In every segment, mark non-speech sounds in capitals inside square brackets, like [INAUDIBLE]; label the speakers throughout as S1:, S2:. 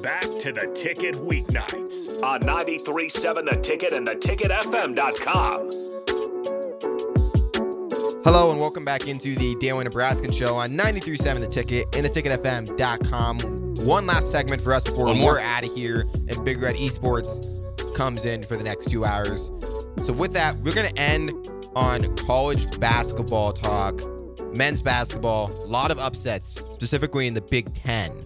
S1: back to the ticket weeknights.
S2: on 937 The Ticket and theticketfm.com.
S3: Hello and welcome back into the Daily Nebraskan show on 93.7 The Ticket and theticketfm.com. One last segment for us before
S4: One more.
S3: we're out of here and Big Red Esports comes in for the next two hours. So with that, we're going to end on college basketball talk, men's basketball, a lot of upsets, specifically in the Big Ten.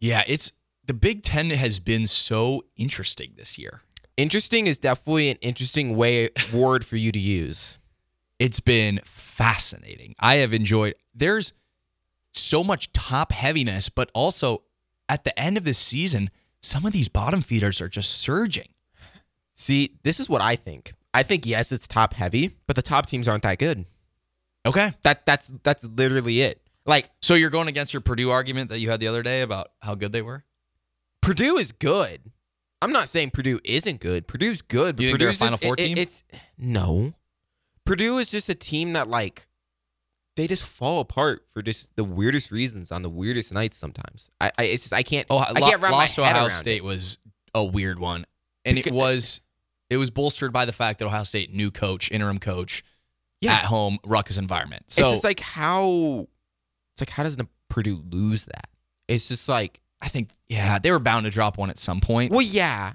S4: Yeah, it's the Big Ten has been so interesting this year.
S3: Interesting is definitely an interesting way word for you to use.
S4: It's been fascinating. I have enjoyed. There's so much top heaviness, but also at the end of this season, some of these bottom feeders are just surging.
S3: See, this is what I think. I think yes, it's top heavy, but the top teams aren't that good.
S4: Okay.
S3: That that's that's literally it. Like
S4: So you're going against your Purdue argument that you had the other day about how good they were?
S3: Purdue is good. I'm not saying Purdue isn't good. Purdue's good. But
S4: You think they're a
S3: Purdue's
S4: Final
S3: just-
S4: Four
S3: it- it-
S4: team?
S3: it's no. Purdue is just a team that like they just fall apart for just the weirdest reasons on the weirdest nights. Sometimes I, I it's just I can't.
S4: Oh,
S3: I
S4: lo-
S3: can't wrap my
S4: lost to
S3: head
S4: Ohio
S3: around
S4: State
S3: it.
S4: was a weird one, and it
S3: Because-
S4: was it was bolstered by the fact that Ohio State new coach, interim coach,
S3: Yeah.
S4: at home ruckus environment.
S3: It's
S4: So
S3: just like how it's like how does Purdue lose that? It's just like
S4: I think yeah, they were bound to drop one at some point.
S3: well, yeah,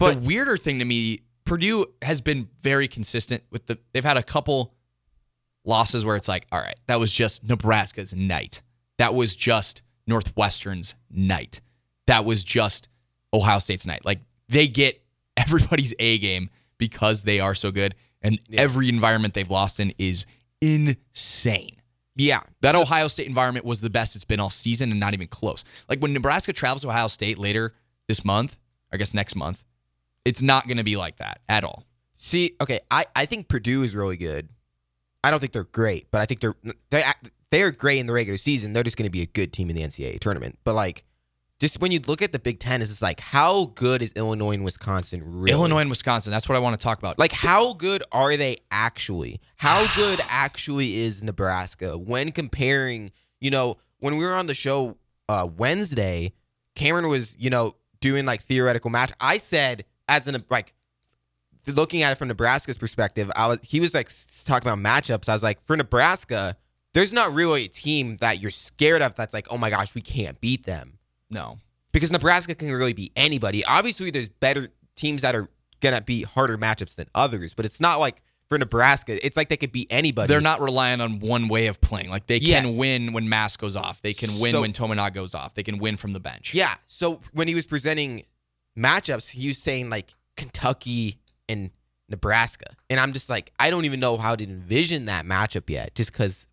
S3: but
S4: the weirder thing to me, Purdue has been very consistent with the. They've had a couple losses where it's like, all right, that was just Nebraska's night. That was just Northwestern's night. That was just Ohio State's night. Like they get [LAUGHS] everybody's A game because they are so good, and
S3: Yeah.
S4: every environment they've lost in is insane.
S3: yeah,
S4: That Ohio State environment was the best it's been all season and not even close. Like when Nebraska travels to Ohio State later this month, I guess next month, it's not going to be like that at all.
S3: See, okay, I, I think Purdue is really good. I don't think they're great, but I think they're they they're great in the regular season. They're just going to be a good team in the NCAA tournament. But like, just when you look at the Big Ten, it's just like how good is Illinois and Wisconsin really?
S4: Illinois and Wisconsin, that's what I want to talk about.
S3: like how good are they actually? How good actually is Nebraska when comparing? You know, when we were on the show uh, Wednesday, Cameron was you know doing like theoretical match. I said as an like looking at it from Nebraska's perspective, I was he was like s- talking about matchups. I was like, for Nebraska, there's not really a team that you're scared of that's like, oh my gosh, we can't beat them
S4: no.
S3: because Nebraska can really beat anybody. Obviously, there's better teams that are gonna beat harder matchups than others, but it's not like for Nebraska, it's like they could beat anybody.
S4: They're not relying on one way of playing. Like they
S3: Yes.
S4: can win when Mass goes off. They can win
S3: So-
S4: when Tominaga goes off. They can win from the bench.
S3: Yeah. So when he was presenting matchups, he was saying like Kentucky and Nebraska, and I'm just like, I don't even know how to envision that matchup yet, just because.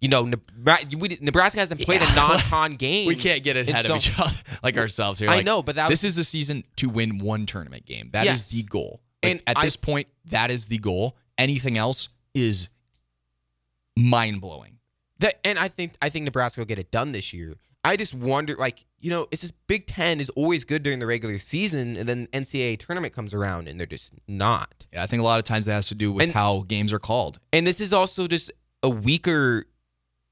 S3: You know, Nebra- we, Nebraska hasn't played
S4: Yeah. [LAUGHS]
S3: a non-con game.
S4: We can't get
S3: It's
S4: ahead
S3: so-
S4: of each [LAUGHS] other like ourselves here.
S3: I
S4: Like,
S3: know, but that was
S4: this is the season to win one tournament game. That
S3: Yes.
S4: is the goal. Like,
S3: And
S4: at
S3: I-
S4: this point, that is the goal. Anything else is mind blowing.
S3: That and I think I think Nebraska will get it done this year. I just wonder, like you know, it's just Big Ten is always good during the regular season, and then NCAA tournament comes around, and they're just not.
S4: Yeah, I think a lot of times that has to do with
S3: And-
S4: how games are called.
S3: And this is also just a weaker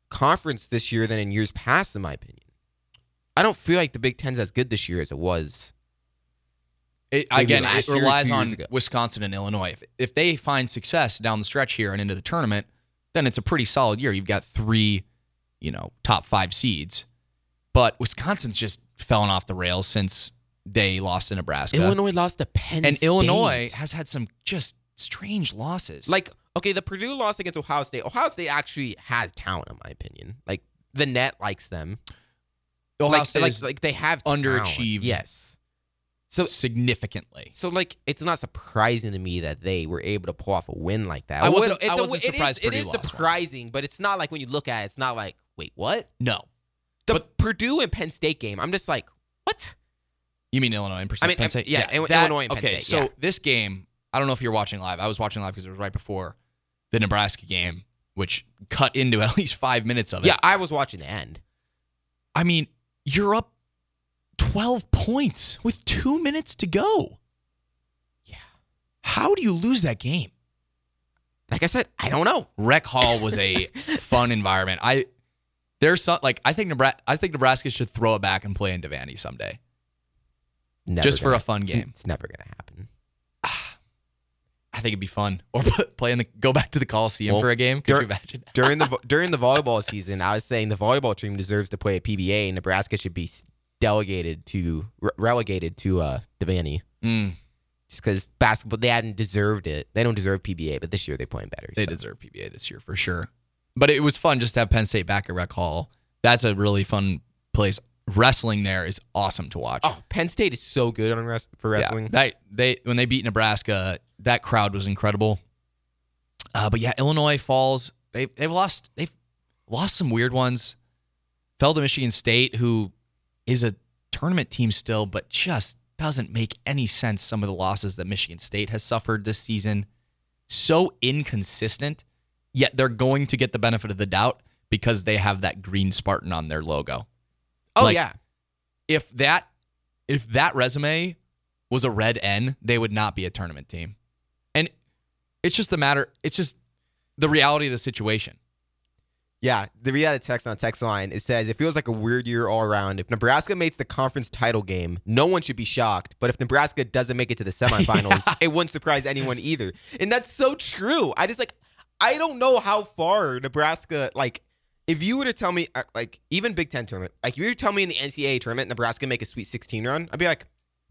S3: conference this year than in years past, in my opinion. I don't feel like the Big Ten's as good this year as it was.
S4: It,
S3: Maybe
S4: again,
S3: last
S4: it
S3: year or
S4: relies
S3: two years
S4: on
S3: ago.
S4: Wisconsin and Illinois. If, if they find success down the stretch here and into the tournament, then it's a pretty solid year. You've got three, you know, top five seeds. But Wisconsin's just fallen off the rails since they lost to Nebraska.
S3: Illinois lost to Penn
S4: and
S3: State.
S4: Illinois has had some just strange losses.
S3: Like, okay, the Purdue loss against Ohio State. Ohio State actually has talent, in my opinion. Like, the net likes them.
S4: Ohio
S3: like,
S4: State
S3: like,
S4: is
S3: like they have
S4: underachieved.
S3: talent. Yes. so-
S4: significantly.
S3: So like, it's not surprising to me that they were able to pull off a win like that.
S4: I
S3: It was-
S4: wasn't-
S3: it's
S4: I
S3: a-
S4: wasn't
S3: it is-
S4: surprised
S3: It
S4: Purdue
S3: is
S4: lost one.
S3: surprising, but it's not like when you look at it, it's not like, wait, what?
S4: No,
S3: The
S4: But-
S3: Purdue and Penn State game. I'm just like, what?
S4: you mean Illinois and
S3: I mean, um,
S4: Penn State?
S3: yeah, Ill- Illinois and Penn
S4: okay,
S3: State,
S4: so
S3: yeah.
S4: this game, I don't know if you're watching live. I was watching live because it was right before the Nebraska game, which cut into [LAUGHS] at least five minutes of it.
S3: Yeah, I was watching the end.
S4: I mean, you're up twelve points with two minutes to go.
S3: Yeah.
S4: How do you lose that game?
S3: Like I said, I don't know.
S4: Rec Hall was a fun environment. I there's some like I think Nebraska I think Nebraska should throw it back and play in Devaney someday.
S3: Never
S4: Just for
S3: gonna-
S4: a fun
S3: it's-
S4: game.
S3: It's, never gonna happen. [LAUGHS]
S4: I think it'd be fun. Or [LAUGHS] play in the go back to the Coliseum
S3: Well,
S4: for a game. Could
S3: dur-
S4: you imagine?
S3: During the vo- during the volleyball season, I was saying the volleyball team deserves to play at PBA, and Nebraska should be s- delegated to re- relegated to uh Devaney
S4: Mm,
S3: just because basketball they hadn't deserved it. They don't deserve PBA, but this year they're playing better.
S4: they
S3: so.
S4: deserve PBA this year for sure. But it was fun just to have Penn State back at Rec Hall. That's a really fun place. Wrestling there is awesome to watch.
S3: Oh, Penn State is so good on rest- for
S4: Yeah,
S3: wrestling.
S4: that they when they beat Nebraska, that crowd was incredible. Uh, but yeah, Illinois falls. They they've lost they've lost some weird ones. Fell to Michigan State, who is a tournament team still, but just doesn't make any sense. Some of the losses that Michigan State has suffered this season, so inconsistent. Yet they're going to get the benefit of the doubt because they have that green Spartan on their logo
S3: oh
S4: like-
S3: yeah,
S4: if that if that resume was a red N, they would not be a tournament team. And it's just the matter. It's just the reality of the situation.
S3: yeah. The read out a text on the text line. It says it feels like a weird year all around. If Nebraska makes the conference title game, no one should be shocked. But if Nebraska doesn't make it to the
S4: [LAUGHS]
S3: semifinals, it wouldn't surprise anyone either. And that's so true. I just like I don't know how far Nebraska like. If you were to tell me, uh, like, even Big Ten tournament, like, if you were to tell me in the NCAA tournament, Nebraska make a Sweet 16 run, I'd be like,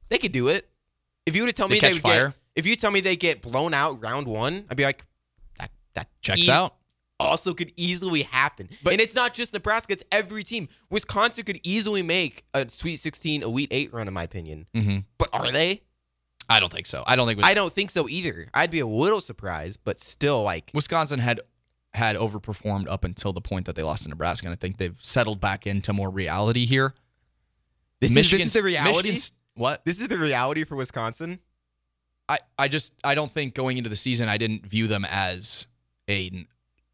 S3: they could do it. If you were to tell
S4: They
S3: me
S4: catch
S3: would
S4: fire.
S3: get, if you tell me they get blown out round one, I'd be like, that that
S4: Checks
S3: e-
S4: out.
S3: also could easily happen.
S4: But-
S3: and it's not just Nebraska, it's every team. Wisconsin could easily make a Sweet 16, Elite 8 run, in my opinion.
S4: Mm-hmm.
S3: But are they?
S4: I don't think so. I don't think Wis-
S3: I don't think so either. I'd be a little surprised, but still, like,
S4: Wisconsin had had overperformed up until the point that they lost to Nebraska, and I think they've settled back into more reality here.
S3: this, is- this
S4: Michigan-
S3: is, the reality.
S4: Michigan's- what?
S3: this is the reality for Wisconsin.
S4: I, I just I don't think going into the season I didn't view them as a n-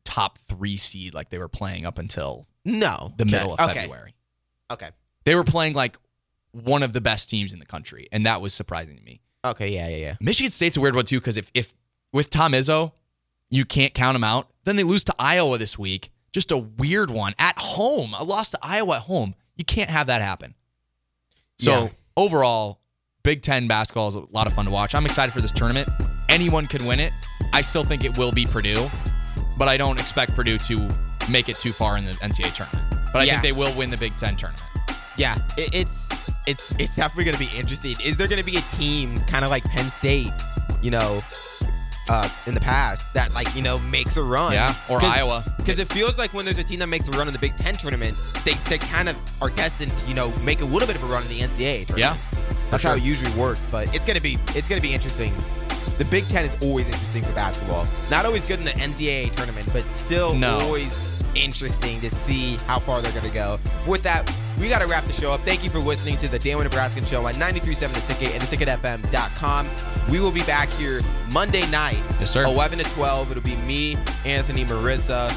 S4: top three seed like they were playing up until
S3: No.
S4: the
S3: Okay.
S4: middle of
S3: okay.
S4: February.
S3: Okay.
S4: They were playing like one of the best teams in the country, and that was surprising to me.
S3: Okay. Yeah. Yeah. Yeah.
S4: Michigan State's a weird one too, because if if with Tom Izzo, you can't count him out. Then they lose to Iowa this week. Just a weird one at home. A loss to Iowa at home. You can't have that happen. So
S3: Yeah.
S4: overall, Big Ten basketball is a lot of fun to watch. I'm excited for this tournament. Anyone can win it. I still think it will be Purdue, but I don't expect Purdue to make it too far in the NCAA tournament. But I
S3: Yeah.
S4: think they will win the Big Ten tournament.
S3: Yeah. It, it's it's it's definitely going to be interesting. Is there going to be a team kind of like Penn State, you know, uh, in the past that like you know makes a run?
S4: Yeah, or
S3: 'Cause-
S4: Iowa.
S3: Because it feels like when there's a team that makes a run in the Big Ten tournament, they, they kind of are destined to, you know, make a little bit of a run in the NCAA tournament.
S4: Yeah,
S3: That's how it usually works, but it's gonna be it's gonna be interesting. The Big Ten is always interesting for basketball. Not always good in the NCAA tournament, but still
S4: No.
S3: always interesting to see how far they're gonna go. With that, we gotta wrap the show up. Thank you for listening to the Daniel Nebraskan show on 937 the ticket and the ticketfm.com. We will be back here Monday night
S4: Yes, sir.
S3: 11 to 12. It'll be me, Anthony, Marissa,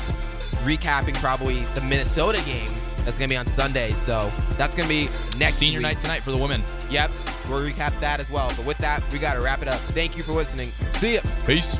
S3: recapping probably the Minnesota game that's going to be on Sunday. So that's going to be next
S4: senior
S3: week.
S4: night tonight for the women.
S3: Yep. We'll recap that as well. But with that, we got to wrap it up. Thank you for listening. See ya.
S4: Peace.